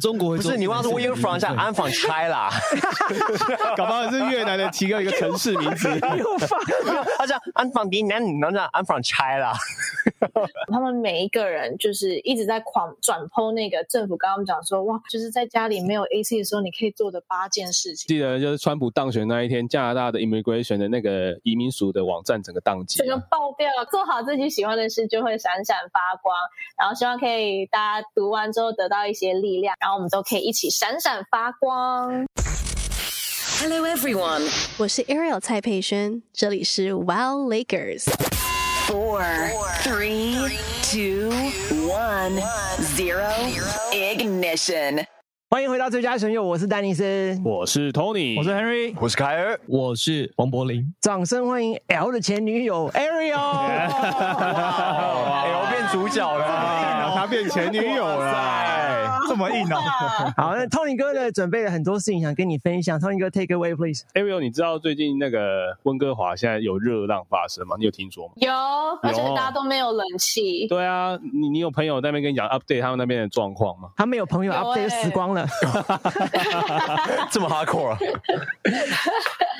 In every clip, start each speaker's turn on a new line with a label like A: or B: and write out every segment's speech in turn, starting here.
A: 中国
B: 不是你忘了说 where you from 一下，I'm from China，
A: 搞不好是越南的其中一个城市名字。
B: 他讲 I'm from 云南，然后讲 I'm from China，
C: 他们每一个人就是一直在狂转剖那个政府刚刚我们讲说，哇，就是在家里没有 AC 的时候，你可以做的八件事情。
A: 记得就是啊川普当选那一天，加拿大的 immigration 的那个移民署的网站整个宕机
C: 整个
A: 啊，
C: 爆掉了，做好自己喜欢的事就会闪闪发光。然后希望可以大家读完之后得到一些力量，然后我们都可以一起闪闪发 光。
D: Hello everyone.
E: 我是 Ariel 蔡佩轩，这里是 Wow Lakers。
D: Four, three, two, one, zero. Ignition.
F: 欢迎回到最佳损友，我是丹尼斯，
A: 我是 Tony，
G: 我是 Henry，
B: 我是凯尔。
G: 我是王柏林。
F: 掌声欢迎 L 的前女友 Ariel。
B: 哎，我变主角
A: 啊，
B: 了，
A: 他变前女友了。
G: 这么硬啊！
F: 好，那 Tony 哥呢，准备了很多事情想跟你分享，Tony 哥 take away please。
A: Ariel，你知道最近那个温哥华现在有热浪发生吗？你有听说吗？
C: 有，而且大家都没有冷气。
A: 对啊，你你有朋友在那边跟你讲 update 他们那边的状况吗？
F: 他们有朋友
C: 有
F: update 就
C: 欸
F: 死光了，
B: 这么 hardcore 啊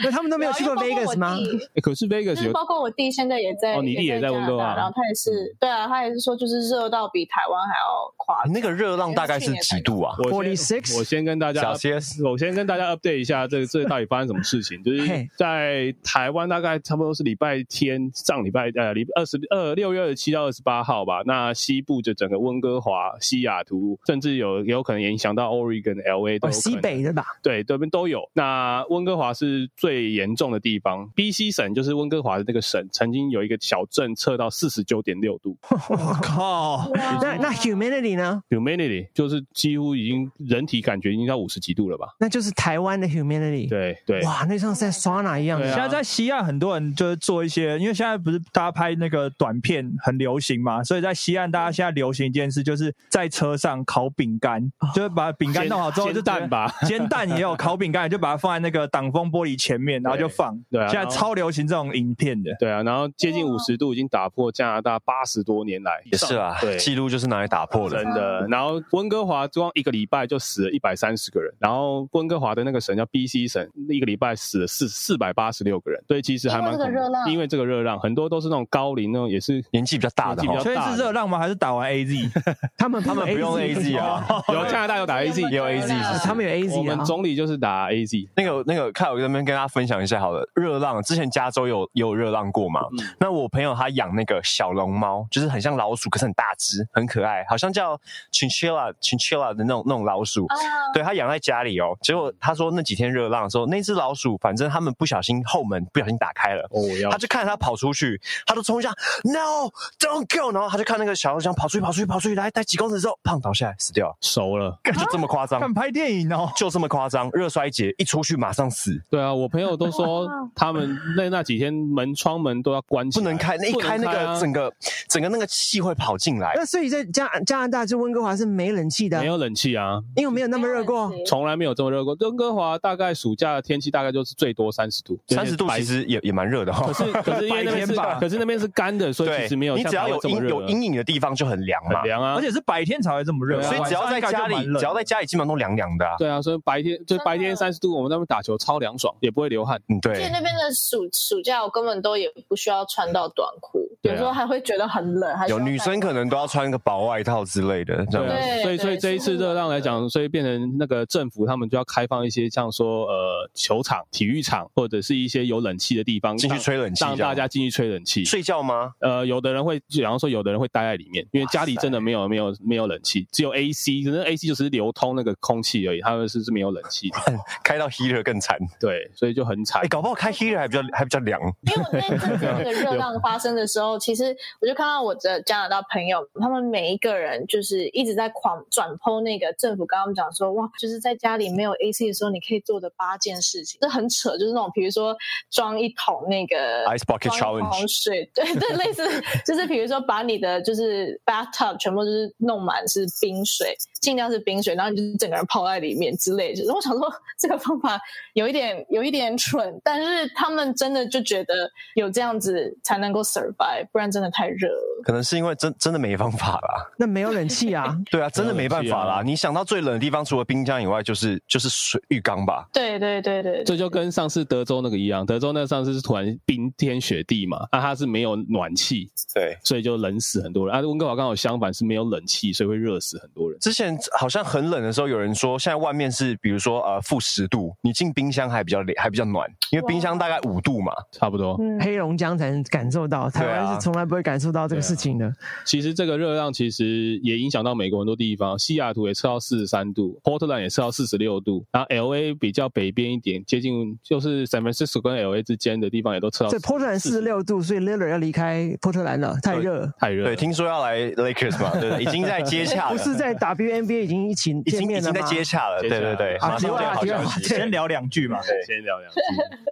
F: 那他们都没有去过
C: 因为包括我
F: Vegas 吗？
C: 弟
A: 欸可是 Vegas
C: 就是
A: 有
C: 包括我弟现在也在，
A: 哦你弟也在
C: 加
A: 温
C: 拿
A: 哥
C: 大
A: 华嗯
C: 然后他也是，对啊，他也是说就是热到比台湾还要夸张。
B: 啊那个热浪大概是几度 啊？
A: 我先
F: 46
A: 我先跟大家
B: 小 CS
A: 我先跟大家 update 一下这这到底发生什么事情。就是
F: 嘿
A: 在台湾大概差不多是礼拜天，上礼拜呃礼二十二六月二十七到二十八号吧。那西部就整个温哥华、西雅图，甚至有也有可能影响到 Oregon、LA 都有可
F: 哦，
A: 能
F: 西北的吧？
A: 对，这边都有。那温哥华是最严重的地方，B.C. 省就是温哥华的那个省，曾经有一个小镇测到四十九点六度
G: 我靠！
C: 哇
A: 啊
F: 那那 humanity 呢？
A: ，humidity 就是几乎已经人体感觉已经到五十几度了吧？
F: 那就是台湾的 humanity。，
A: 对对，
F: 哇，那像是在刷哪一样
A: 对
G: 现
A: 啊
F: 的？
G: 在在西亚很多人就是做一些，因为现在不是大家拍那个短片很流行嘛，所以在西岸大家现在流行一件事，就是在车上烤饼干，就是把饼干
A: 煎
G: 弄好之后就
A: 煎蛋吧，
G: 煎蛋也有烤饼干，就把它放在那个挡风玻璃前面，然后就放。
A: 对啊
G: 现在超流行这种影片的。
A: 对啊，然后接近五十度已经打破加拿大八十多年来
B: 也是啊，
A: 对，
B: 记录就是拿来打破的
A: 真。的。然后温哥华光一个礼拜就死了一百三十个人，然后温哥华的那个省叫 B.C. 省，一个礼拜死了四四百八十六个人，所以其实还蛮恐
C: 因为这个
A: 怖的
C: 热浪
A: 因为这个热浪，很多都是那种高龄那种也是
B: 年纪比较大的
A: 年纪比较
B: 哈，
G: 所以是热浪吗？还是打完 AZ？
F: 他们他
B: 他们不用 AZ 啊，
A: 哎哦有加拿大有打 A Z，
B: 也有 AZ
F: 啊他们有
A: 我
F: AZ
A: 们
F: 啊。
A: 总理就是打 A Z，
B: 那个那个，看我这边跟大家分享一下好了。热浪之前加州有也有热浪过嘛？
A: 嗯
B: 那我朋友他养那个小龙猫，就是很像老鼠，可是很大只，很可爱，好像叫 chinchilla chinchilla 的那种那种老
A: 哦
B: 鼠。
C: 啊
B: 对他养在家里哦，结果他说那几天热浪的时候，那只老鼠反正他们不小心后门不小心打开了，
A: 哦，要
B: 他就看着它跑出去，他就冲一下，no don't go，然后他就看那个小老鼠这样跑出去跑出去跑出去，来待几公尺之后，胖倒下来死掉了，
A: 熟了。
B: 就这么夸张
G: 看，拍电影哦。
B: 就这么夸张，热衰竭一出去马上死，
A: 对啊，我朋友都说他们那那几天门窗门都要关起
B: 不
A: 来，
B: 能开，那一
A: 不能
B: 开那
A: 啊
B: 个整个整个那个气会跑进来，
F: 那所以在加加拿大，就温哥华是没冷气的啊
A: 没，有冷气啊，
F: 因为没有那么热过。
A: 从来没有这么热过。温哥华大概暑假的天气大概就是最多三十度，
B: 三十度其实也也蛮热的哈、
A: 可是可是因为那边
G: 白
A: 是
G: 天吧
A: 可是那边是干的，所以其
B: 对，
A: 实没有
B: 你
A: 像
B: 只
A: 台
B: 要
A: 湾
B: 有
A: 这么
B: 阴
A: 热啊
B: 有阴影的地方就很凉嘛
A: 很，凉啊
G: 而。且是白天才会这么热，
B: 啊所以只要在家里
G: 晚上应该就蛮热的
B: 只要在家里基本上都凉凉的啊，
A: 对啊，所以白天就
C: 的
A: 白天三十度，我们那边打球超凉爽，也不会流汗。
B: 嗯
C: 而且
B: 对。
C: 那边的暑暑假，我根本都也不需要穿到短裤，
A: 对啊
C: 有时候还会觉得很冷。还需要
B: 有女生可能都要穿个薄外套之类的，这
A: 对
B: 样
A: 啊，
C: 对
A: 所以所以
C: 对
A: 这一次
C: 是的
A: 热浪来讲，所以变成那个政府他们就要开放一些像说呃球场、体育场或者是一些有冷气的地方
B: 进去
A: 让
B: 吹冷气这
A: 让
B: 样，
A: 大家进去吹冷气。
B: 睡觉吗？
A: 呃，有的人会，比方说有的人会待在里面，因为家里真的没有没有没有冷气，只有 AC，可能 AC 就是流通那个空气而已，他们是是没有冷气的，
B: 开到 heater 更惨，
A: 对，所以就很惨
B: 哎、。搞不好开 heater 还比较还比较凉。
C: 因为我那一阵子那个热浪发生的时候，其实我就看到我的加拿大朋友，他们每一个人就是一直在狂转剖那个政府刚刚我们讲说，哇，就是在家里没有 AC 的时候，你可以做的八件事情，这很扯，就是那种比如说装一桶那个
B: Ice bucket
C: 装一桶
B: challenge
C: 水， 对对，类似就是比如说把你的就是 bathtub 全部就是弄满是冰水，尽量是冰水，然后你就是整个人泡在里面之类的。就是我想说这个方法有一点有一点蠢，但是他们真的就觉得有这样子才能够 survive，不然真的太热了。
B: 可能是因为真真的没方法啦。
F: 那没有冷气啊，
B: 对啊，真的没办法
A: 没有冷气
B: 啦。
A: 啊
B: 你想到最冷的地方，除了冰箱以外，就是就是水浴缸吧。
C: 对对对对，
A: 这就跟上次德州那个一样，德州那上次是突然冰天雪地嘛，那、它是没有暖气，
B: 对，
A: 所以就冷死很多人。啊，温哥华刚好相反，是没有冷气，所以会热死很多人。
B: 之前好像很冷的时候，有人说现在外面是比如说呃负十度，你进冰箱还比较还比较暖，因为冰箱大概五度嘛。
A: 差不多。
C: 嗯，
F: 黑龙江才能感受到，台
B: 对
F: 湾
B: 啊
F: 是从来不会感受到这个事情的。
A: 其实这个热量其实也影响到美国很多地方，西雅图也测到四十三度，Portland 也测到四十六度，然后 L A 比较北边一点，接近就是 San Francisco 跟 L A 之间的地方也都测到。
F: 所以波特兰四十，六度，所以 Lillard 要离开波特兰了，太热了。
A: 太热了。
B: 对，听说要来 Lakers 嘛，对，已经在 接洽了，
F: 不是在 WNBA 已经一起
B: 已
F: 见
B: 经已
F: 面了
B: 经在
F: 吗？
B: 接洽了，
A: 接
B: 对
A: 洽了
B: 对对，
A: 啊
B: 马上
F: 题
B: 就
F: 外
B: 有好
F: 题外
B: 消息。
F: 对
G: 先聊两句嘛。
B: 对
A: 先聊两句，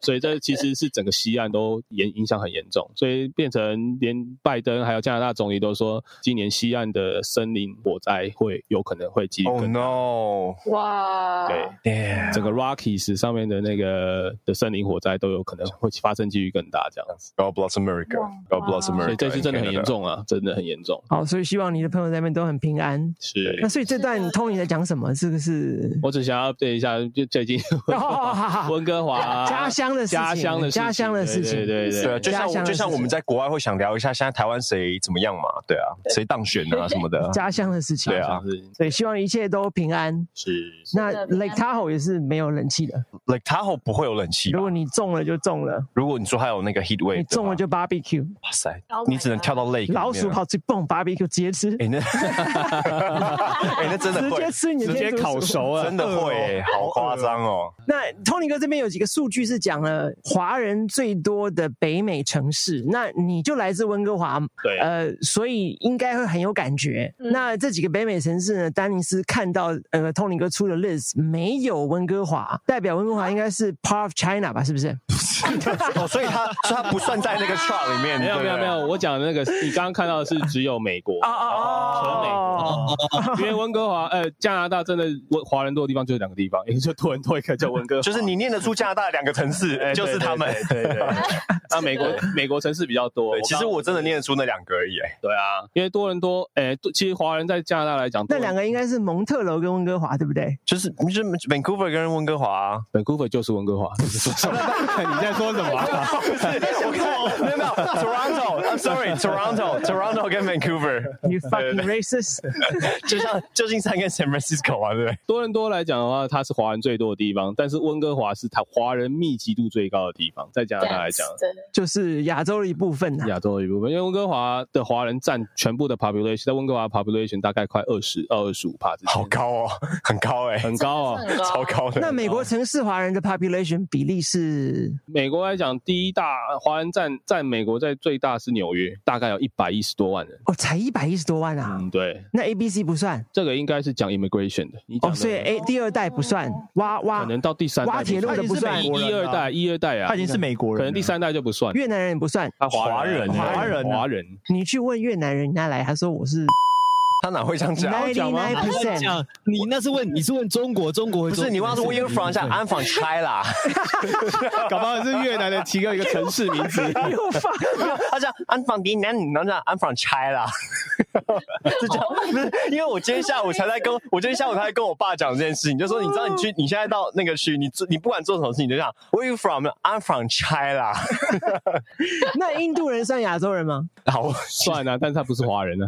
A: 所以这其实是整个西岸都影影响很严重，所以变成连拜登还有加拿大总理都说，今年西岸的森林火灾会有可能会继续
B: Oh
A: 更大。
B: no！
C: 哇，
A: 对，
B: damn
A: 整个 Rockies 上面的那个的森林火灾都有可能会发生几率更大这样子，
B: God bless America. God bless
A: 所
B: America.
A: 以这次真的很严
B: in Canada。
A: 重啊，真的很严重。
F: 好，所以希望你的朋友在那边都很平安。
A: 是
F: 那所以这段 Tony 在讲什么？这个是
A: 我只想要 update 一下，就最近
F: 哦好好 好
A: 温哥
B: 啊
A: 华啊
F: 家乡的事情
A: 家乡的事情
F: 家乡的事情
A: 对对对
B: 对啊，就像
F: 家乡
B: 我
F: 的
B: 就像
F: 事
B: 我们
F: 情，
B: 在国外会想聊一下现在台湾谁怎么样嘛，对啊，谁当选啊什么的
F: 家乡的事情。
B: 对啊
F: 所以希望一切都平安。
A: 是
F: 那
C: 是的平
F: Lake
C: 安
F: Tahoe 也是没有冷气的，
B: ，like Tahoe 不会有冷气吧
F: 如？果你中了就中了，
B: 如果你说还有那个 heat wave，
F: 你中了
B: 的
F: 就 barbecue，
B: 话哇塞
C: Oh，my
B: 你只能跳到 lake 里面
F: 老鼠
B: 了，
F: 跑去蹦 barbecue 直接吃，
B: 哎那，哎那真的
F: 直
B: 会
F: 接。吃你的
A: 直接
F: 天竺鼠
A: 烤熟啊，
B: 真的会欸，好夸张哦！
F: 那 Tony 哥这边有几个数据是讲了华人最多的北美城市，那你就来自温哥华，
A: 对
F: 呃，所以应该会很有感觉。
C: 嗯
F: 那这几个北美城市呢，丹尼斯看到呃 Tony 哥出的 list 没有温哥华，代表温哥华应该是 part of China 吧？是不是？
B: 哦，所以他所以他不算在那个 chart 里面，
A: 没有
B: 对
A: 没有
B: 不
A: 没
B: 对
A: 有，，我讲的那个你刚刚看到的是只有美国
F: 哦，哦哦，
A: 因为温哥华呃加拿大真的温华人多的地方就是两个地方，一个就多伦多，一个叫温哥华，
B: 就是你念得出加拿大两个城市，
A: 哎
B: 就是他们。
A: 对对对对对那美国美国城市比较多
B: 对，，其实
A: 刚
B: 我真的念得出那两个而已，哎
A: 对啊，因为多伦多哎，多其实华人在加拿大来讲，
F: 那两个应该是蒙特楼跟温哥华，对不对？
B: 就是就是 Vancouver 跟温哥华啊，
A: Vancouver 就是温哥华，你在说 什么啊？
B: 没有没有，Toronto，I'm sorry，Toronto，Toronto 跟 Vancouver，
F: You fucking racist！
B: 就像旧金山跟 San Francisco 啊，对不对？
A: 多伦多来讲的话，它是华人最多的地方，但是温哥华是它华人密集度最高的地方，在加拿大来讲。
C: 对，
F: 就是亚洲的一部分啊呐、
A: 亚洲的一部分，因为温哥华的华人占全部的 population，在温哥华 population 大概快二十到二十五帕之间，
B: 好高哦，很高哎，
A: 很高啊、
C: 真的是很
B: 超高的。
F: 那美国城市华人的 population 比例是
A: 美国来讲，第一大华人占占美国在最大是纽约，大概有一百一十多万人。
F: 哦，才一百一十多万啊。
A: 嗯，对，
F: 那 A、B、C 不算
A: 这个应该是讲 immigration 的，你讲
F: 哦，
A: 的
F: 所以 A 第二代不算，挖
A: 可
F: 挖
A: 能到第三代
F: 挖铁路的不
G: 他
F: 算
G: 已经，是美国人
A: 一
G: 了
A: 二代，一二代啊，
G: 他已经是美国人
A: 可
G: 了，
A: 能第三代就不算。
F: 越南人也不算。
A: 他华人啊，
G: 华人啊
A: 华人，
F: 你去问越南人，人家来，他说我是
B: 他哪会这样讲？
F: ninety
A: 讲吗
F: nine
H: 他会
F: percent。
H: 讲你那是问你是问中国，中国会
B: 不
H: 说
B: 是，你忘了说 Where from？像 I'm from China，
A: 搞不好是越南的提供一个城市名 字。
F: 又放
B: 他讲 I'm from 云南，然后讲 I'm from China，是这样。不是，因为我今天下午才在跟，我今天下午才在跟我爸讲这件事情，就说你知道你去，你现在到那个区，你做你不管做什么事情，你就讲 Where you from？I'm from China。
F: 那印度人算亚洲人吗？
B: 好，
A: 算啊，但是他不是华人啊。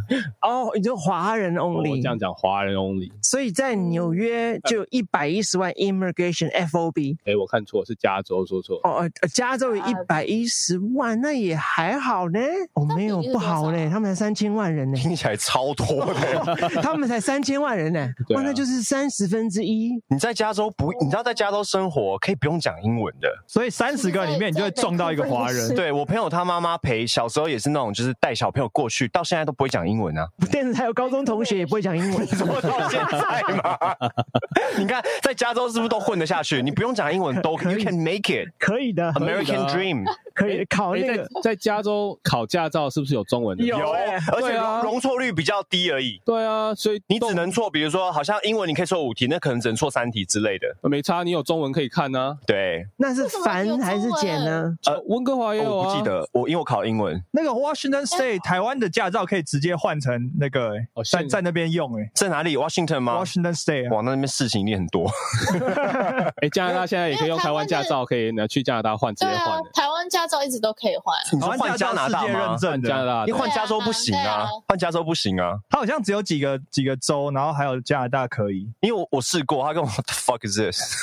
F: 哦，你说华人
A: 我哦这
F: only，
A: 样讲，华人 only。
F: 所以在纽约就一百一十万 immigration FOB。
A: 哎，我看错，是加州，说错。
F: 哦，呃加州
B: 啊
F: 有一百一十万，那也还好呢。哦，没有不好
B: 啊
F: 呢，他们才三千万 人呢，
B: 听起来超多的。
F: 他们才三千万人呢，
A: 对啊
F: 哇，那就是三十分之一。
B: 你在加州不，你知道在加州生活可以不用讲英文的。
G: 所以三十个里面你就会撞到一个华人。
B: 对我朋友他妈妈陪，小时候也是那种，就是带小朋友过去，到现在都不会讲英文啊。
F: 但是还有高中同学也不会讲英文，
B: 我到现在嘛， 你看在加州是不是都混得下去？你不用讲英文都
F: 可以
B: ，You can make it
F: 可以的，
B: American Dream
F: 可以考
A: 哎
F: 那
A: 在
F: 个。
A: 在加州考驾照是不是有中文的？
F: 有哎
B: 而且
A: 对啊
B: 容容错率比较低而已。
A: 对啊，所以
B: 你
A: 动
B: 只能错，比如说，好像英文你可以错五题，那可能只能错三题之类的。
A: 呃没差，你有中文可以看啊。
B: 对，
F: 那是繁还是简呢？
A: 呃，温哥华也有
B: 哦我
A: 啊，
B: 不记得我，因为我考英文。
G: 那个 Washington
B: 哎
G: State 台湾的驾照可以直接换成那个、欸
A: 哦
G: 在
A: 现
G: 在那边用哎、
B: 在哪里？Washington 吗？
G: Washington State 啊
B: 哇，那边事情一定很多。
A: 哎，加拿大现在也可以用台湾驾照，可以拿去加拿大换，直
C: 对
A: 接
C: 啊
A: 换的，。
C: 台湾驾照一直都可以换。啊
B: 你
G: 台
B: 说
G: 湾
B: 换加
G: 驾
B: 拿
G: 照世
B: 大
G: 界认
B: 吗？
G: 证
A: 加拿
G: 的，
A: 大
B: 你换加州不行
C: 对
B: 啊
C: 啊，
B: 换加州不行啊，
G: 它好像只有几个几个州，然后还有加拿大可以。
B: 因为我我试过，他跟我 What the fuck is this？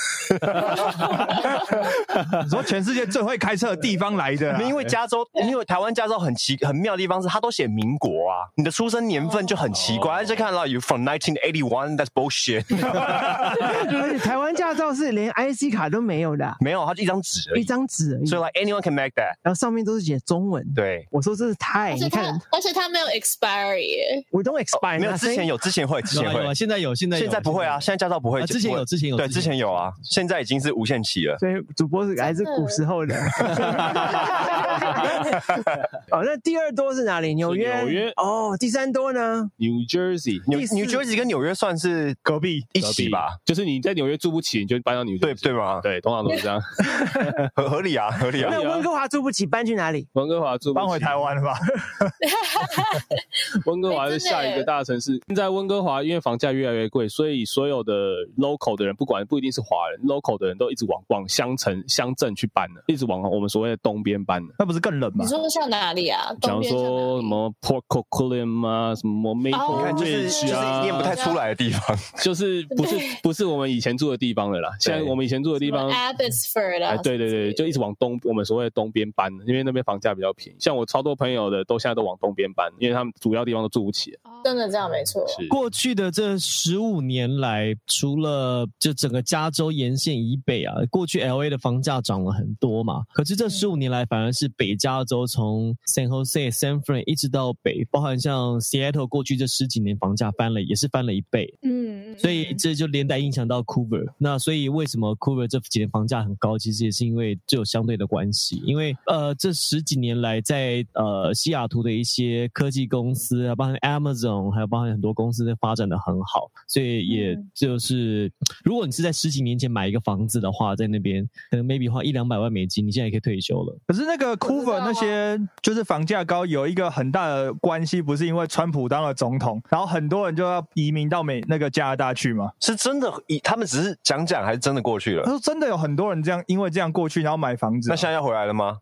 G: 你说全世界最会开车的地方来的 啊、
B: 因为加州，因为台湾加州很奇很妙的地方是，它都写民国啊，你的出生年份就很奇怪，而且看到 you from 1981，that's bullshit。
F: 而且台湾驾照是连 IC 卡都没有的啊，
B: 没有，它就一张纸而
F: 一
B: 已，
F: 张纸而已
B: 所，以 like anyone can make that。
F: 然后上面都是写中文。
B: 对，
F: 我说这是太，
C: 而
F: 哎你
C: 且
F: 看
C: 它，而且它没有 expiry，耶
F: 我都
B: 哦
H: 哎
F: expire，
B: 没有
F: 那
B: 之前有，之前会，之
H: 有
B: 前
H: 啊有啊，
B: 会，
H: 现在有，现在有
B: 现在不会啊，现在驾照不会，
H: 啊之前有
B: 不会
H: 之前有
B: 对，
H: 之
B: 之
H: 前
B: 前有啊，现在已经是无限期了。
F: 所以主播是还是古时候的。哦，那第二多是哪里？纽约。
A: 纽约
F: 哦，第三多呢？
A: New Jersey
B: 纽
F: 第四
B: New Jersey 跟纽约算是隔壁一起吧？，
A: 就是你在纽约住不起，你就搬到纽约。
B: 对对 吗？
A: 对，通常都 是这样。
B: 合合理啊，合理啊。
F: 那温哥华住不起，搬去哪里？
A: 温哥华住不起
G: 搬回台，湾了吧？
A: 温哥华是下一个大城市。现在温哥华因为房价越来越贵，所以所有的 local 的人，不管不一定是华人，local 的人都一直往往乡城、乡镇去搬了，一直往我们所谓的东边搬了。
G: 那不是更冷吗
C: 你？说像哪里啊？东
A: 讲
C: 边像哪里
A: 说什么 Port Coquitlam 啊，什么 Maple
C: 哦
B: 你看，就是就是
A: Ridge 啊，
B: 念不太出来的地方，
A: 就是不是不是我们以前住的地方了啦。现在我们以前住的地方，
C: Abbotsford 啊
A: 哎，？对对对，就一直往东，我们所谓的东边搬，因为那边房价比较便宜。像我超多朋友的，都现在都往东边搬，因为他们主要地方都住不起了。
C: 真的这样没错。
A: 是
H: 过去的这十五年来，除了就整个加州沿线以北啊，过去 L A 的房价涨了很多嘛。可
F: 嗯
H: 是这十五年来，反而是北加州从 San Jose、San Fran 一直到北，包含像 Seattle，过去这十几年房价翻了，也是翻了一倍。
C: 嗯，
H: 所以这就连带影响到 Cooper。那所以为什么 Cooper 这几年房价很高，其实也是因为这有相对的关系。因为呃，这十几年来在呃西雅图的一些科技公司，啊，包含 Amazon，还有包含很多公司都发展的很好，所以也
C: 嗯
H: 就是、如果你是在十几年前买一个房子的话，在那边可能 maybe 花一两百万美金，你现在也可以退休了。
G: 可是那个
C: 啊
G: Cooper 那些就是房价高，有一个很大的关系，不是因为川普当了总统，然后很多人就要移民到美那个加拿大去嘛？
B: 是真的，以他们只是讲讲，还是真啊的过去
G: 他
B: 了？
G: 说真的有很多人这样，因为这样过去，然后买房子
B: 呃
G: 啊
B: 那。现在要回来了吗？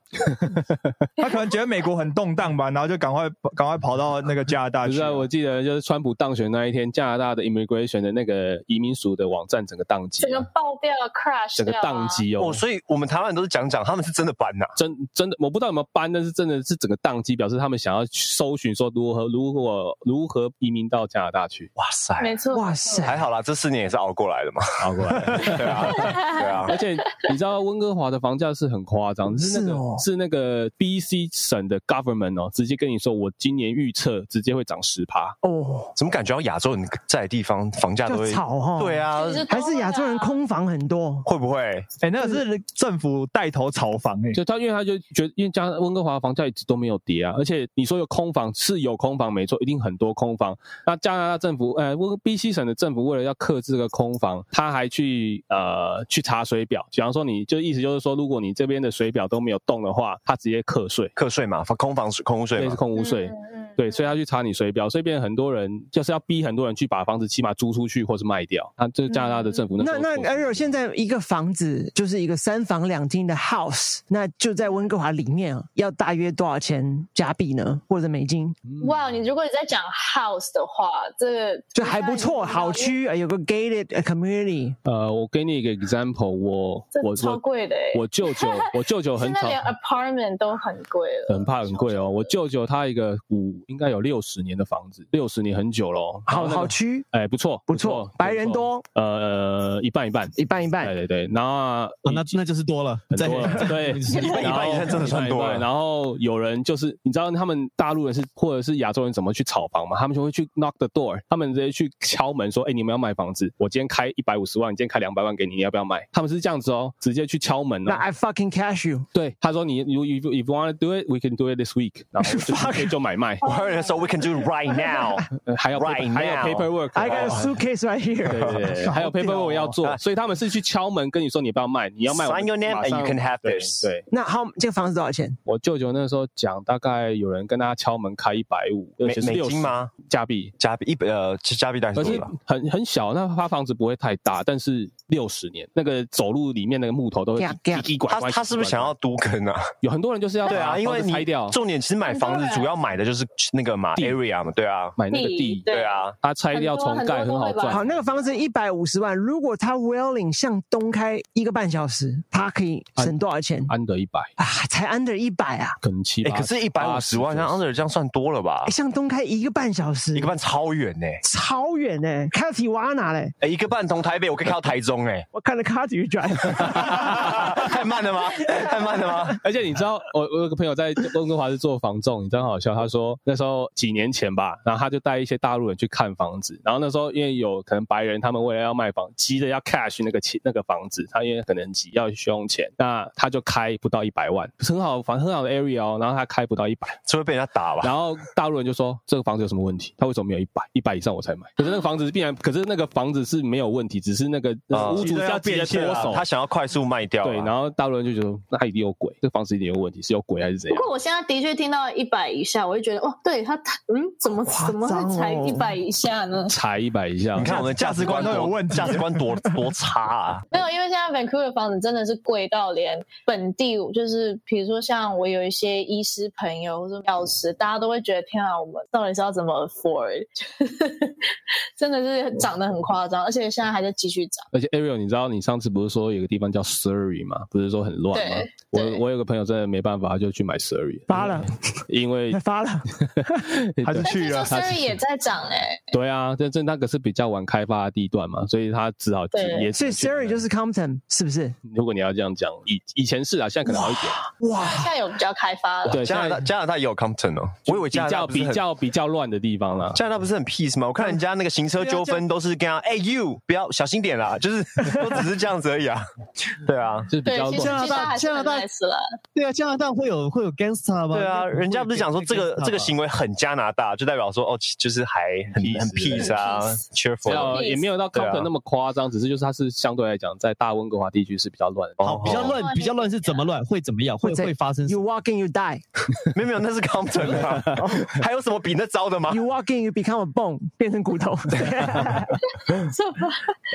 G: 他可能觉得美国很动荡吧，然后就赶快赶快跑到那个加拿大
A: 不
G: 去
A: 是、啊，。我记得就是川普当选那一天，加拿大的 immigration 的那个移民署的网站整个宕机
C: 整个
A: 啊，
C: 爆掉了，crash
A: 整个
C: 掉啊
A: 宕。机哦
B: 哦，。所以我们台湾人都是讲讲，他们是真的搬呐、
A: 真真的我不知道有没有搬，但是真的是整个宕机，表示他们想要去搜寻说如何如何如何移民到加拿大去。
B: 哇塞，
C: 没错，
F: 哇塞
B: 还好啦，这四年也是熬过来的嘛。
A: 熬过来。
B: 对啊，对啊
A: 而。且你知道温哥华的房价是很夸张，是那个
F: 是哦
A: 是那个 B C 省的 government 哦，直接跟你说我今年预测直接会涨十趴。
F: 哦，
B: 怎么感觉到亚洲人在的地方房价都
F: 就
B: 会？
F: 吵哈。
B: 对
F: 啊，
B: 啊，
C: 就是
F: 还是亚洲人空房很多。
B: 会不会？
G: 哎、那个是政府带头炒房 哎、
A: 就他，因为他就觉得，因为加温哥华房价一直都没有跌啊，而且你说有空房是有空房没错，一定很多空房。那加拿大政府，呃，温 B C 省的政府为了要克制这个空房，他还去呃去查水表，比方说你就意思就是说，如果你这边的水表都没有动的话，他直接课税，
B: 课税嘛，空房空屋税
A: 类
B: 嘛
A: 似。空屋
C: 嗯
A: 税。对，所以他去查你水表，所以变成很多人就是要逼很多人去把房子起码租出去或是卖掉。那这是加拿大的政府那时
F: 嗯那
A: 候
F: 那
A: 做出来
F: 而且现在一个房子就是一个三房两厅的 house，那就在温哥华里面啊，要大约多少钱加币呢？或者美金？
C: 哇！你如果你在讲 house 的话，这个
F: 就还不错，好。区，呃有个 gated community，
A: 呃，我给你一个 example，我
C: 这
A: 我
C: 超
A: 我
C: 贵的欸
A: 我舅舅，我舅舅很
C: 现在
A: 早
C: 连 apartment 都很贵了，
A: 很怕很贵哦。我舅舅他一个五应该有六十年的房子，六十年很久咯。然后
F: 好
A: 那个
F: 好区，
A: 哎，不错
F: 不错，白人，多，
A: 不呃，一半一半。
F: 一半一半。
A: 对对对，然后
H: 啊，
B: 哦
H: 那那就是多了，
A: 很多 了， 对，
H: 一半
B: 一半以上真的算多了
A: 然后有人就是，你知道他们大陆人是或者是亚洲人怎么去炒房吗？他们就会去 knock the door，他们直接去敲门说：“哎、你们要卖房子，我今天开一百五十万，你今天开两百万给你，你要不要买？”他们是这样子哦，直接去敲门
F: 那
A: 哦。
F: I fucking cash you，
A: 对，他说你如 if if you want to do it, we can do it this week，然后就直接就买卖。
B: heard it, so we can do it right now。
A: 呃还有
B: Right
A: paper- 还有
B: now
A: paperwork，
F: I got a suitcase right
A: 对 对
F: here，
A: 对，还
B: 啊
A: 有 paperwork 要。做，所以他们是去敲门跟你说你不要卖，你要卖我
B: Sign
A: 们
B: your name
A: 马
B: and
A: 上
B: you can have
A: 对
B: this
A: 对，
F: 那好，这个房子多少钱？
A: 我舅舅那时候讲，大概有人跟他敲门开一百五，
B: 美美金？吗？
A: 加币，
B: 加币一百呃，其实加币大概
A: 可
B: 是多
A: 是
B: 少？
A: 很很小，那他房子不会太大，但是六十年，那个走路里面那个木头都会
F: 嘎嘎
A: 一一拐
B: 他
A: 拐。
B: 他是不是想要多坑啊？
A: 有很多人就是要
B: 对啊，
A: 把
B: 因为
A: 房子拆
B: 你
A: 掉
B: 重点其实买房子主要买的就是那个嘛 area 嘛，对啊，
A: 买那个地，
C: 对
B: 对啊，
A: 他拆掉重盖很
C: 很多
A: 好
C: 很多都会把
A: 赚。
F: 好，那个房子一百五十万，如果他 willing 向东开一个半小时，他可以
A: 啊
F: 省多少钱
A: 安得一百，
F: 啊？才 under 一百啊！
A: 可能七
B: 哎，
A: 八。
B: 可是一百五十万，像 under 这样算多了吧
F: 哎？向东开一个半小时，
B: 一个半超远呢，
F: 超远呢、欸，开到提瓦纳嘞，，
B: 哎，一个半从台北我可以开到台中 哎
F: 我看了卡体育转。
B: 太慢了吗？太慢了吗？
A: 而且你知道，我我有个朋友在温哥华是做房仲，你知道很好笑。他说那时候几年前吧，然后他就带一些大陆人去看房子，然后那时候因为有可能白人他们为了要卖房，急着要 cash 那个钱那个房子，他因为可能急要去用钱，那他就开不到一百万，很好房很好的 area 哦，然后他开不到一百，
B: 这会被人家打吧？
A: 然后大陆人就说这个房子有什么问题？他为什么没有一百？一百以上我才买。可是那个房子必然，可是那个房子是没有问题，只是那个
B: 啊
A: 屋主要急着
B: 现
A: 脱
B: 啊
A: 手，
B: 他想要快速卖掉啊。
A: 对，然后大陆人就觉得那他一定有鬼，这个房子一定有问题，是有鬼还是怎
C: 不
A: 样？
C: 过我现在的确听到一百以下，我就觉得哦，对他，他嗯，怎么
F: 夸张哦
C: 怎么会才一百以下呢？
A: 踩一百以下，
B: 你看我们价
G: 价
B: 值观
G: 值观都有
B: 多
G: 问题
B: 价值观多多差啊！
C: 没有，因为现在 Vancouver 房子真的是贵到连本地，就是比如说像我有一些医师朋友或者药师，大家都会觉得天啊，我们到底是要怎么 afford？真的是涨得很夸张，而且现在还在继续涨。
A: 而且 Ariel，你知道你上次不是说有个地方叫 Surrey 吗？不是说很乱吗
C: 对？
A: 我
C: 对
A: 我有个朋友真的没办法，他就去买 Surrey，
F: 发了，
A: 因为
F: 发了，
G: 还是去
A: 啊
G: 了
C: 但听说 Surrey 也在涨哎、
A: 对啊，这这那个是比较晚开发的地段嘛，所以他只好去
C: 对
A: 也只
F: 所以
A: 能去
F: Siri 就是 Compton，是不是？
A: 如果你要这样讲，以以前是啊，现在可能好一点。
F: 哇，
C: 现在有比较开发了。
A: 对，
B: 加拿
A: 现在
B: 大加拿大也有 Compton 哦，我以为
A: 比
B: 加拿大
A: 较
B: 不是
A: 比
B: 很。
A: 较比较乱的地方啦。
B: 加拿大不是很 peace 吗？我看人家那个行车纠纷都是跟他，哎、you 不要小心点啦，就是 都只是这样子而已啊。对 啊，
A: 就是比
C: 对，
A: 较
C: 其实
A: 乱，
C: 其实它还是很 nice 了。
H: 对啊，加拿大会有会有 gangster 吗？
B: 对啊，人家不是讲说这个这个行
H: 为
B: 为很加拿大，就代表说哦，其就是还很
A: Peace
B: 很 peace 啊
C: 很 peace
A: ，peace
B: ，cheerful。
A: 也没有到
B: 对啊
A: Compton 那么夸张，只是就是它是相对来讲在大温哥华地区是比较乱的。
B: 哦
H: 比较乱，比较乱是 怎么乱？会怎么样？会
F: 会在
H: 会发生
F: 啊
H: 什
F: You
H: 么？
F: walk in, you die.
B: 没有没有，那是 Compton 啊，还有什么比那糟的吗？
F: You walk in, you become a bone，变成骨头。
C: 这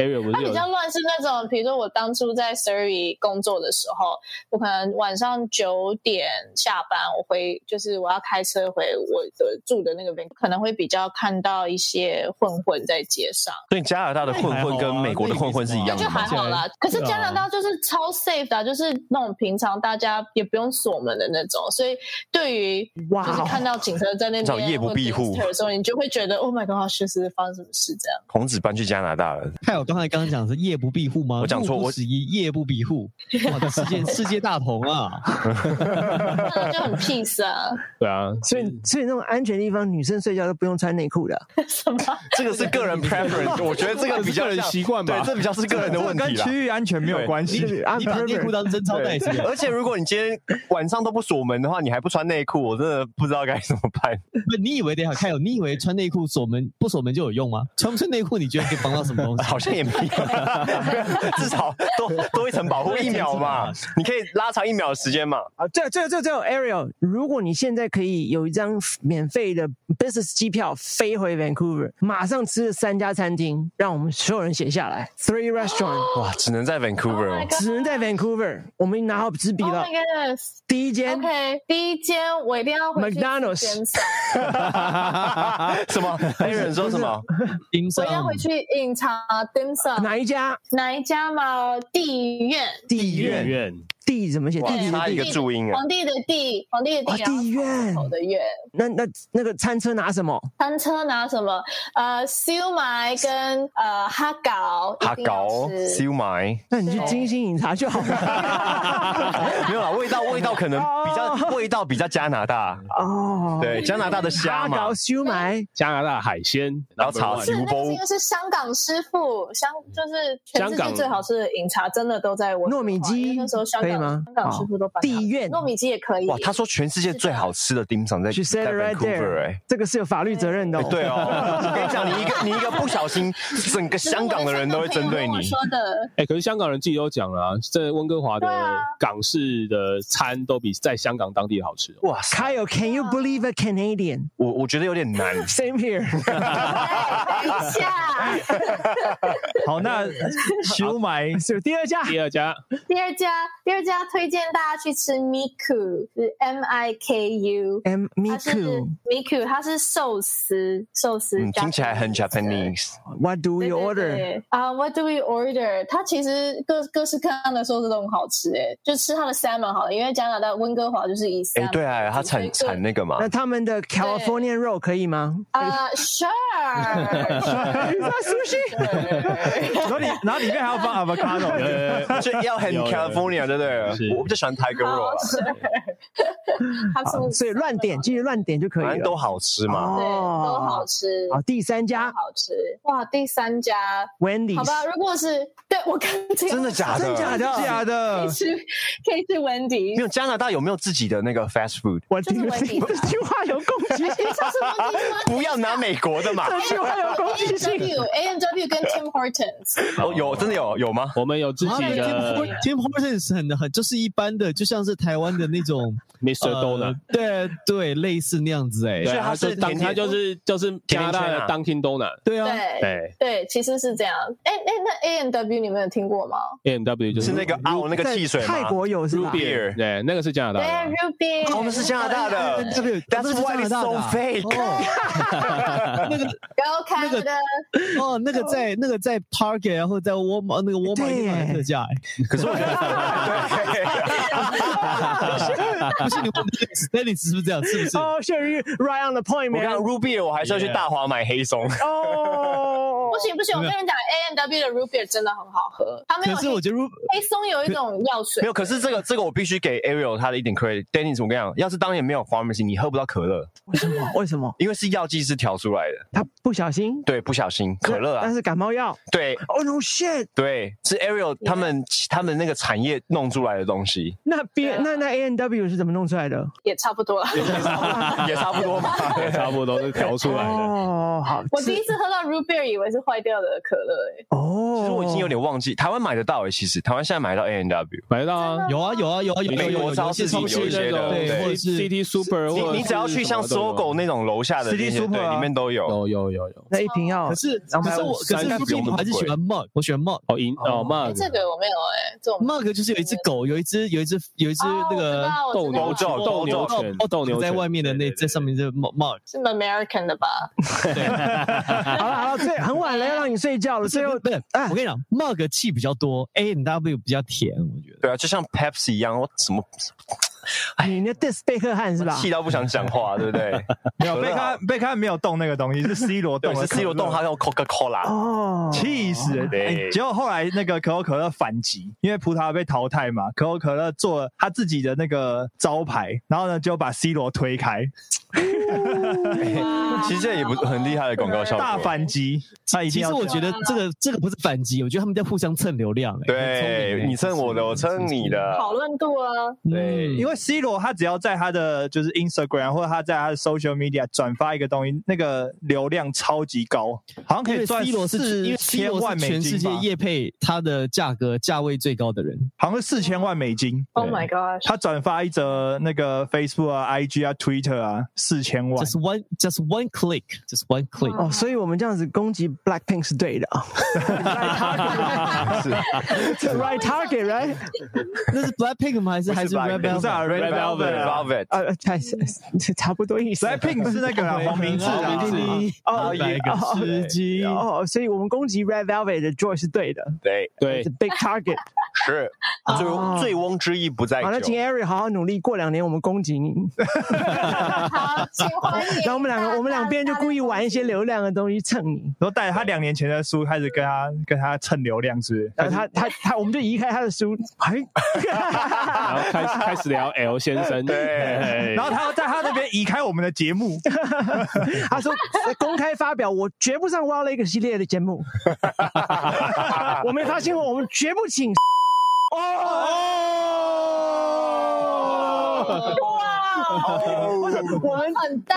A: Ariel 不
C: 它
A: 是有
C: 比较乱是那种，比如说我当初在 Surrey 工作的时候，我可能晚上九点下班，我回就是我要开车回我的住的那个边，可能会比较看到一些混混在街上，
B: 所以加拿大的混混跟美国的混混是一样
C: 就
B: 的
C: 还
B: 吗？
C: 好啦。可
B: 啊
C: 是加拿大就是超 safe 的啊、就是那种平常大家也不用锁门的那种，所以对于
F: 哇
C: 就是看到警车在那
B: 这种
C: 边
B: 夜不闭户
C: 或者 gangster 的时候，你就会觉得 Oh my God，是是发生什么事这样。
B: 孔子搬去加拿大了，
H: 看我刚才刚刚讲的是夜不闭户吗？
B: 我讲错
H: 路不
B: 我
H: 拾遗，夜不闭户，哇，这世 界世界大同啊！
C: 那就很 peace 啊，
A: 对啊，
F: 所以，所以那种安全地方，女生睡觉都不用穿内裤的。
C: 什么？
B: 这个是个人 preference，我觉得这个比较
A: 这是个人
B: 像
A: 习惯吧
B: 对，这比较是个人的问
G: 跟
B: 题啦。
G: 区域安全没有关 系。
F: I'm
H: 你把内裤
F: pervert
H: 当贞操带是不是
B: 而且如果你今天晚上都不锁门的话，你还不穿内裤，我真的不知道该怎么办。
H: 不，哎你以为等一下看有？你以为穿内裤锁门不锁门就有用吗？穿不穿内裤，你觉得可以防到什么东 西？
B: 好像也没有，至少多多一层保护一秒嘛， 你可以拉长一秒的时间嘛。
F: 啊，最后最后最后最后 Ariel，如果你现在可以有一张免费的 business 机票飞回 Vancouver，马上吃三家餐厅，让我们所有人写下来，three restaurant，
B: 哇，只能在 Vancouver，、
C: Oh my
B: 哦
C: god
F: 只能在 Vancouver。我们拿好纸笔
C: Oh
F: 了
C: my goodness！
F: 第一间
C: OK，第一间我一定要回去吃
F: McDonald's
C: 煎烧
B: 什么？黑人说什么？
H: 盯
C: 我
H: 上
C: 一定要回去饮茶 dim sum，
F: 哪一家？
C: 哪一家嘛？地院，
F: 地
A: 影
F: 院，
A: 院
F: 地怎么写？
B: 哇
F: 地址的
B: 差一个。
F: 地
B: 注音啊！
C: 皇帝的帝，皇帝的
F: 哦
C: 帝，然后
F: 地院
C: 口啊的院。
F: 那那那个餐车拿什么？
C: 餐车拿什么？呃，烧麦跟呃哈搞，
B: 哈
C: 一定要
B: 高
C: 吃
B: 烧 麦，
F: 那你去金星饮茶 就好了。
B: 没有啦，味道味道可能比 较味道比较加拿大，
F: 哦，
B: 对加拿大的虾
F: 哈
B: 嘛
F: 搞，修埋，
A: 加拿大海鲜，
B: 然后茶
A: number one
C: 是
B: Number one
C: 那个是因为是香港师傅，香就是全世
A: 香
C: 界
A: 港
C: 最好吃的饮茶，真的都在我
F: 糯米鸡
C: 因为那时候香港
F: 吗？
C: 香港
F: 好
C: 师傅都把它
F: 地院
C: 糯米鸡也可以。
B: 哇，他说全世界最好吃的丁长在
F: ，She said
B: 在
F: it right
B: Vancouver 哎、
F: there，这个是有法律责任的哦。
B: 对哦， 我跟你讲，你一个你一个不小心，整个
C: 可是我
B: 香港的人都会针对
C: 朋友跟我
B: 你。
C: 说的，
A: 哎、可是香港人自己都讲了、在温哥华的
C: 对啊
A: 港式的餐都比在香港当地好吃、哦。
B: 哇塞，
F: Kyle，Can you believe a Canadian？Same
B: 我我觉得有点难。
F: here 。
C: 哎等一下，
G: 好，那 修埋
F: 是第二家，
C: 啊
A: 第二家
C: 第二家，第二家推荐大家去吃 Miku，是 M I K U。
F: M me
C: 啊它是
F: too。
C: Miku，它是寿司，寿司
B: 嗯，听起来很
C: Japanese 的
B: Japanese。
F: What do we
C: 对对
F: order？
C: 对啊、w h a t do we order？它其实各各式各样的寿司都很好吃，哎，就吃它的 salmon 好了，因为加拿大温哥华就是以 salmon
B: 哎，对啊，它
C: 所以
B: 产
C: 各
B: 产那个嘛
F: 那，他们的 California roll 可以吗？
C: 啊、s u r e
F: 你说 sushi？
G: 然后里然后里面还要放 avocado，
B: 就要 很
A: 有有
B: California，对不
A: 是
B: 对？我比较喜欢 Tiger Roll，
C: 好
B: 啦
C: 吃，它是
F: 所以乱点，记得乱点就可
B: 反
F: 以
B: 正
F: 了
B: 都。好吃嘛。
C: 对，都好
F: 哦，
C: 吃，
F: 好，第三家
C: 都好吃。哇，第三家，好吧，
F: Wendy's，
C: 如果是对我刚
B: 真的 假的？
F: 真假的？
G: 假
C: 可
G: 的
C: 以。吃，可以吃温迪
B: 没，有加拿大有没有自己的那个 fast food？
F: 我
C: 就是
F: 听
C: Wendy's
F: 这句话有攻击性，
C: 上次 温迪是吗？
B: 不要拿美国的嘛。
F: 这句话有攻击性。
C: AMW AMW 跟 Tim Hortons，
B: 哦，有真的有有吗？
A: 我们有自
H: 啊
A: 己的
H: Tim Hortons 很很就是一般的，就像是台湾的那种
A: Mr. Donut，、
H: 呃对对，类似那样子哎、
A: 对，
B: 所以它
A: 它
B: 是
A: 就当
B: 甜
A: 它
B: 甜
A: 就是就是加拿大
B: 甜
A: 的
B: 甜
A: Dunkin' Donut，哎
H: 对啊，
C: 对
A: 对
C: 对，其实是这样。哎哎，那 A M W 你们有听过吗？
A: ，A M W 就是
B: 是那个澳哦那个汽水吗？
F: 泰国有是吧？
B: beer，
A: 对，那个是加拿大
C: 对啊
A: 的。啊
C: ，Ruby，
B: 哦我们是加拿大 的
H: 对对
B: ，That's why it's so
H: 啊
B: fake。
C: Go Canada，
H: 哦，那个在那个在 Target 啊，或者在沃尔玛那个沃尔玛
F: 对
H: 一定有特价哎、
B: 可是我觉哦得，
H: 不是你问 Dennis 是不是这样？是不 是？
F: 哦，秀玉，right on the point，
B: 我刚
F: man。
B: Ruby，我还是要去大华买黑松。
F: 哦
C: 不，行不行，我跟你讲，A M W 的 Ruby 真的很好喝，它没
H: 可
C: 有
H: 是我觉得如
C: 黑松有一种药水
B: 没有，可是这个这个我必须给 Ariel 他的一点 credit。Dennis，我跟你讲，要是当年没有 pharmacy，你喝不到可乐，
F: 为什么？为什么？
B: 因为是药剂师调出来的。
F: 他不小心
B: 对，不小心可乐
F: 那
B: 啊，
F: 是感冒药。
B: 对
F: Oh no shit！
B: 对，是 Ariel 他们他们那个产业弄出来的东西，
F: 那
C: 对
F: 边
C: 啊
F: 那那 A N W 是怎么弄出来的？
C: 也差不多了。
B: 也差不多嘛。
A: 对， 差不多是调出来的。
F: 哦，好，
C: 我第一次喝到 Ruby 以为是坏掉的可乐，哎，
F: 哦，
B: 其实我已经有点忘记，台湾买得到欸诶，其实台湾现在买得到 A N W。
A: 买得到啊，
H: 有啊有啊有啊有
B: 没
H: 有
B: 有
H: 有
B: 我知道
H: 有些
B: 是
H: 超
A: 超
H: 市
B: 有一些的
H: 对，
B: 对
H: 或者是
A: City Super，或者
B: 你你只要去像
A: 是什么
B: 搜狗那种楼下的
G: City
B: 那些，
G: Super
B: 对，
G: 啊
B: 里面都有。
A: 有有有有
F: 那一瓶药
C: 哦
H: 可，是
F: 然后
H: 可是我可
A: 三
H: 是
A: 十
B: 比我
H: Ruby
B: 们
H: 我还是
B: 贵
H: 喜欢 Mug，我喜欢 Mug。
A: 哦银哦
C: 哎
A: mug，
C: 这个我没有哎，这种
H: Mug 就是有一只狗，有一只有一只有一只
C: 哦
H: 那
C: 我
H: 个
C: 知道
A: 斗
C: 我知
A: 牛
C: 道
B: 知道
A: 犬斗牛犬
H: 哦
A: 斗牛犬
H: 在外面的那
A: 对对对
H: 在上面是 Mug。
C: 是 American 的吧？
F: 好了好了，最很晚了，要让你睡觉了，
H: 不是
F: 最后
H: 不是，
F: 哎
H: 我跟你讲，Mug 气比较多，A N W 比较甜，我觉得。
B: 对啊，就像 Pepsi 一样，我什么
F: 你那 dis 贝克汉是吧？
B: 气到不想讲话，对不对？
G: 没有贝克汉贝克汉没有动那个东西，是 C 罗动
B: 对，
G: 的可乐，
B: 是 C 罗动，他用 Coca Cola。
F: 哦，
G: 气死人！
B: 对
G: 哎结果后来那个可口可乐反击，因为葡萄牙被淘汰嘛，可口可乐做了他自己的那个招牌，然后呢就把 C 罗推开，
B: 其实这也不很厉害的广告效果。
G: 大反击。他一
H: 其
G: 定要
H: 实我觉得这个这个不是反击，我觉得他们在互相蹭流量、欸。很聪明
B: 对
H: 欸
B: 你蹭我的，我蹭你。的。
C: 讨论度啊，
B: 对
H: 嗯
G: 因为 C 罗他只要在他的就是 Instagram 或者他在他的 social media 转发一个东西，那个流量超级高，好像可
H: 因
G: 以
H: 为
G: 赚
H: C 罗是因为
G: 四
H: C
G: 千
H: 罗
G: 万
H: 是
G: 美
H: 全世
G: 金
H: 界
G: 吧，
H: 业配它的价格价位最高的人，
G: 好像是四千万美金。
C: Oh my gosh！
G: 他转发一则那个 Facebook 啊、IG 啊、Twitter 啊，四千万
H: 就，是 one just one click，just one click。
F: 哦，所以我们这样子攻击 Blackpink 是对的啊 ，right target right，
H: 那是 Blackpink 吗？还是还是 Red
B: Blackpink，
G: 不是
H: Velvet？
G: 啊
B: Red
G: ，Red
B: Velvet
G: Velvet。
B: Velvet，
F: 呃，差差不多意思。
G: Blackpink 是那个 啦，黄明志
H: 啊
G: 啊，
H: 哦，一
F: 哦
H: 个吃鸡。
F: 哦，所以我们攻击 Red Velvet 的 Joy 是对的
B: 对，
A: 对
F: ，It's a big target。
B: 是
F: 哦
B: 醉翁醉翁之意不在
F: 好，那 请
B: 酒。
F: Ari 好好努力，过两年我们攻击你，
C: 好，请欢迎。
F: 然后我们两个我们两边就故意玩一些流量的东西蹭你。
G: 然后带着他两年前的书开始跟他跟他蹭流量，是不是？
F: 然呃后他他他，我们就移开他的书，哎，
A: 然后开始开始聊 L 先生，
B: 对
A: 嘿
G: 然后他又在他那边移开我们的节目，
F: 他说呃公开发表，我绝不上 Wild Lake 系列的节目，我没发新闻，我们绝不请。
G: 哦，。
B: 哦
F: 我想我们
C: 很大，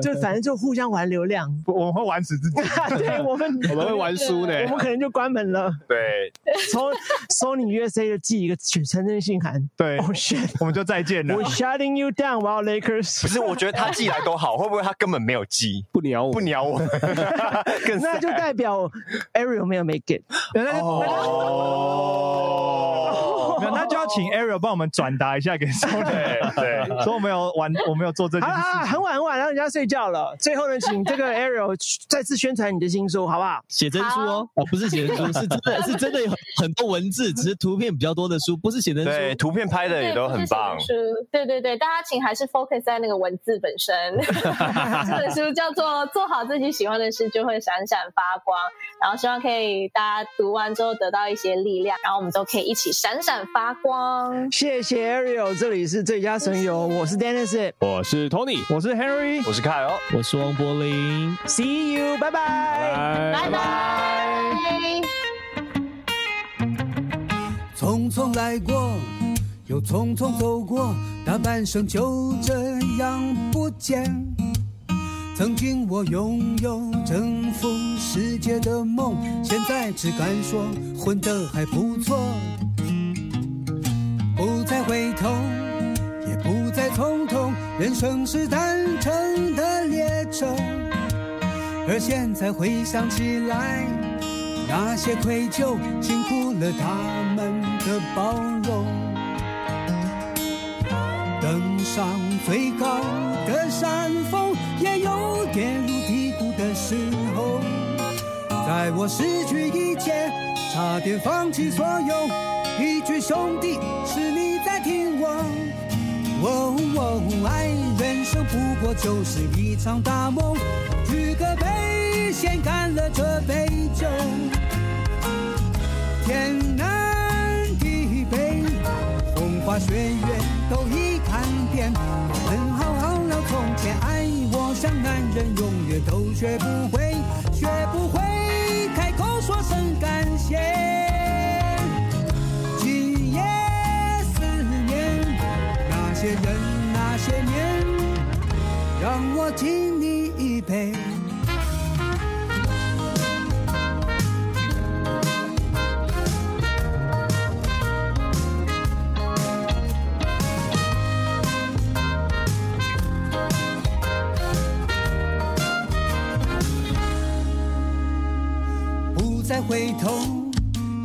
F: 就反正就互相玩流量
G: 我们会玩死自己。
F: 对我们，
A: 我们会玩输呢
F: 我。们可能就关门了。
B: 对，
F: 从 Sony USA 就寄一个传真信函。
G: 对
F: Oh shit！
G: 我们就再见了
F: 我。shutting you down, Wild
B: 不
F: Lakers。
B: 是，我觉得他寄来都好，会不会他根本没有寄，
A: 不鸟我
B: 不，鸟我们，更
F: 那就代表 Ariel 没有 make it。
G: 那就
B: 哦
G: 没 有那就要请 Ariel 帮我们转达一下给 Sony，
B: 对对，
G: 说我们有玩，我们有做这
F: 好
G: 件
F: 了好了，
G: 事。
F: 很晚很晚，让人家睡觉了。最后呢，请这个 Ariel 再次宣传你的新书，好不好？
H: 写真书哦，哦，不是写真书，是真的是真的有很很多文字，只是图片比较多的书，不是写真
B: 对，
H: 书。
B: 图片拍的也都很棒
C: 这。本书对对对，大家请还是 focus 在那个文字本 身。这本书叫做《做好自己喜欢的事就会闪闪发光》，然后希望可以大家读完之后得到一些力量，然后我们都可以一起闪闪发光。
F: 谢谢 Ariel，这里是最佳损友，我是 Dennis，See
A: 我是 Tony，
G: 我是 Henry，
B: 我是凯哦，
H: 我是王柏林。
F: you，拜拜。
A: 拜
C: 拜拜。
I: 匆匆来过，又匆匆走过，大半生就这样不见。曾经我拥有征服世界的梦，现在只敢说混得还不错。不再回头，也不再匆匆，人生是单程的列车。而现在回想起来，那些愧疚，禁锢了他们的包容。登上最高的山峰，也有跌入低谷的时候。在我失去一切，差点放弃所有，一句兄弟，是你在听我。哦哦，爱人生不过就是一场大梦，举个杯，先干了这杯酒。天南地北，风花雪月都已看遍。我们好好聊从前，爱我像男人永远都学不会，学不会开口说声感谢。今夜思念。那些人那些年，让我敬你一杯。不再回头，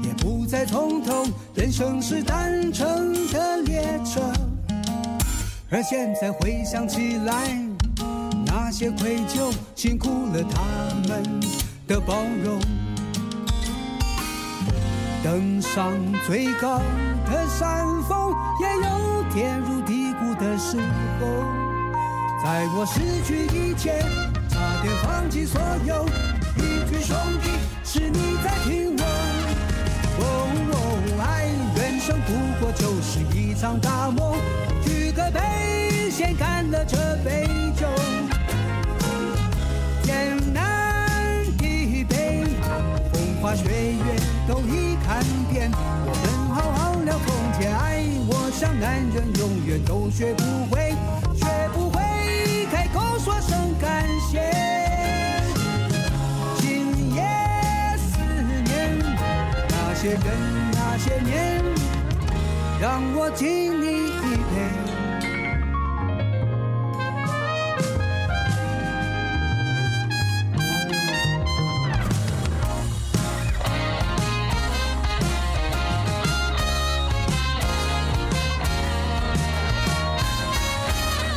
I: 也不再从头，人生是单程的列车。而现在回想起来，那些愧疚，辛苦了他们的包容。登上最高的山峰，也有跌入低谷的时候。在我失去一切，差点放弃所有，一句兄弟，是你在听我。哦哦，爱人生不过就是一场大梦，举个杯，先干了这杯酒。天南地北，风花雪月都已看遍，我们好好聊从前，爱我像男人永远都学不会，学不会开口说声感谢。今夜思念。那些人那些年，让我敬你一杯。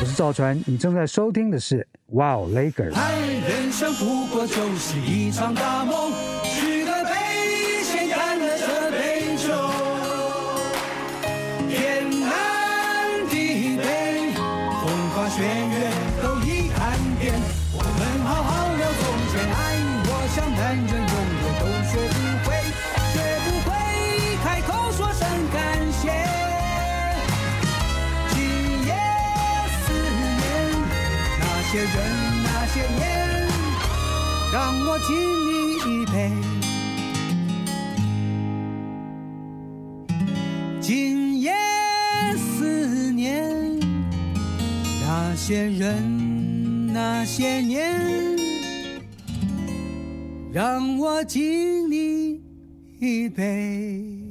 J: 我是赵传，你正在收听的是《Wow Lakers》。
I: 爱人生不过就是一场大梦，举个杯，先干了这杯酒。天南地北，风花雪月都已看遍，我们好好聊从前，爱我像男人永远都学不会，学不会开口说声感谢。今夜思念那些人那些年，让我敬你一杯。今夜思念些人，那些年，让我敬你一杯。